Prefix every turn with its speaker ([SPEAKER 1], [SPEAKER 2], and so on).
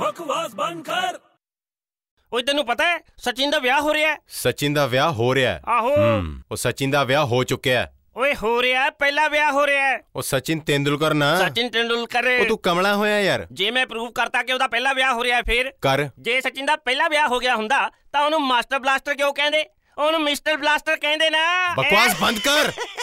[SPEAKER 1] ਬਕਵਾਸ ਬੰਦ ਕਰ
[SPEAKER 2] ਓਏ ਤੈਨੂੰ ਪਤਾ ਹੈ ਸਚਿਨ ਦਾ ਵਿਆਹ ਹੋ ਰਿਹਾ ਹੈ
[SPEAKER 3] ਸਚਿਨ ਦਾ ਵਿਆਹ ਹੋ ਰਿਹਾ ਹੈ
[SPEAKER 2] ਆਹੋ
[SPEAKER 3] ਹੂੰ ਉਹ ਸਚਿਨ ਦਾ ਵਿਆਹ ਹੋ ਚੁੱਕਿਆ ਹੈ
[SPEAKER 2] ਓਏ ਹੋ ਰਿਹਾ ਹੈ ਪਹਿਲਾ ਵਿਆਹ ਹੋ ਰਿਹਾ ਹੈ
[SPEAKER 3] ਉਹ ਸਚਿਨ ਤੇਂਦੁਲਕਰ ਨਾ
[SPEAKER 2] ਸਚਿਨ ਟੈਂਡੁਲਕਰ
[SPEAKER 3] ਉਹ ਤੂੰ ਕਮਲਾ ਹੋਇਆ ਯਾਰ
[SPEAKER 2] ਜੇ ਮੈਂ ਪ੍ਰੂਵ ਕਰਤਾ ਕਿ ਉਹਦਾ ਪਹਿਲਾ ਵਿਆਹ ਹੋ ਰਿਹਾ ਹੈ ਫਿਰ
[SPEAKER 3] ਕਰ
[SPEAKER 2] ਜੇ ਸਚਿਨ ਦਾ ਪਹਿਲਾ ਵਿਆਹ ਹੋ ਗਿਆ ਹੁੰਦਾ ਤਾਂ ਉਹਨੂੰ ਮਾਸਟਰ ਬਲਾਸਟਰ ਕਿਉਂ ਕਹਿੰਦੇ ਉਹਨੂੰ ਮਿਸਟਰ ਬਲਾਸਟਰ ਕਹਿੰਦੇ ਨਾ
[SPEAKER 3] ਬਕਵਾਸ ਬੰਦ ਕਰ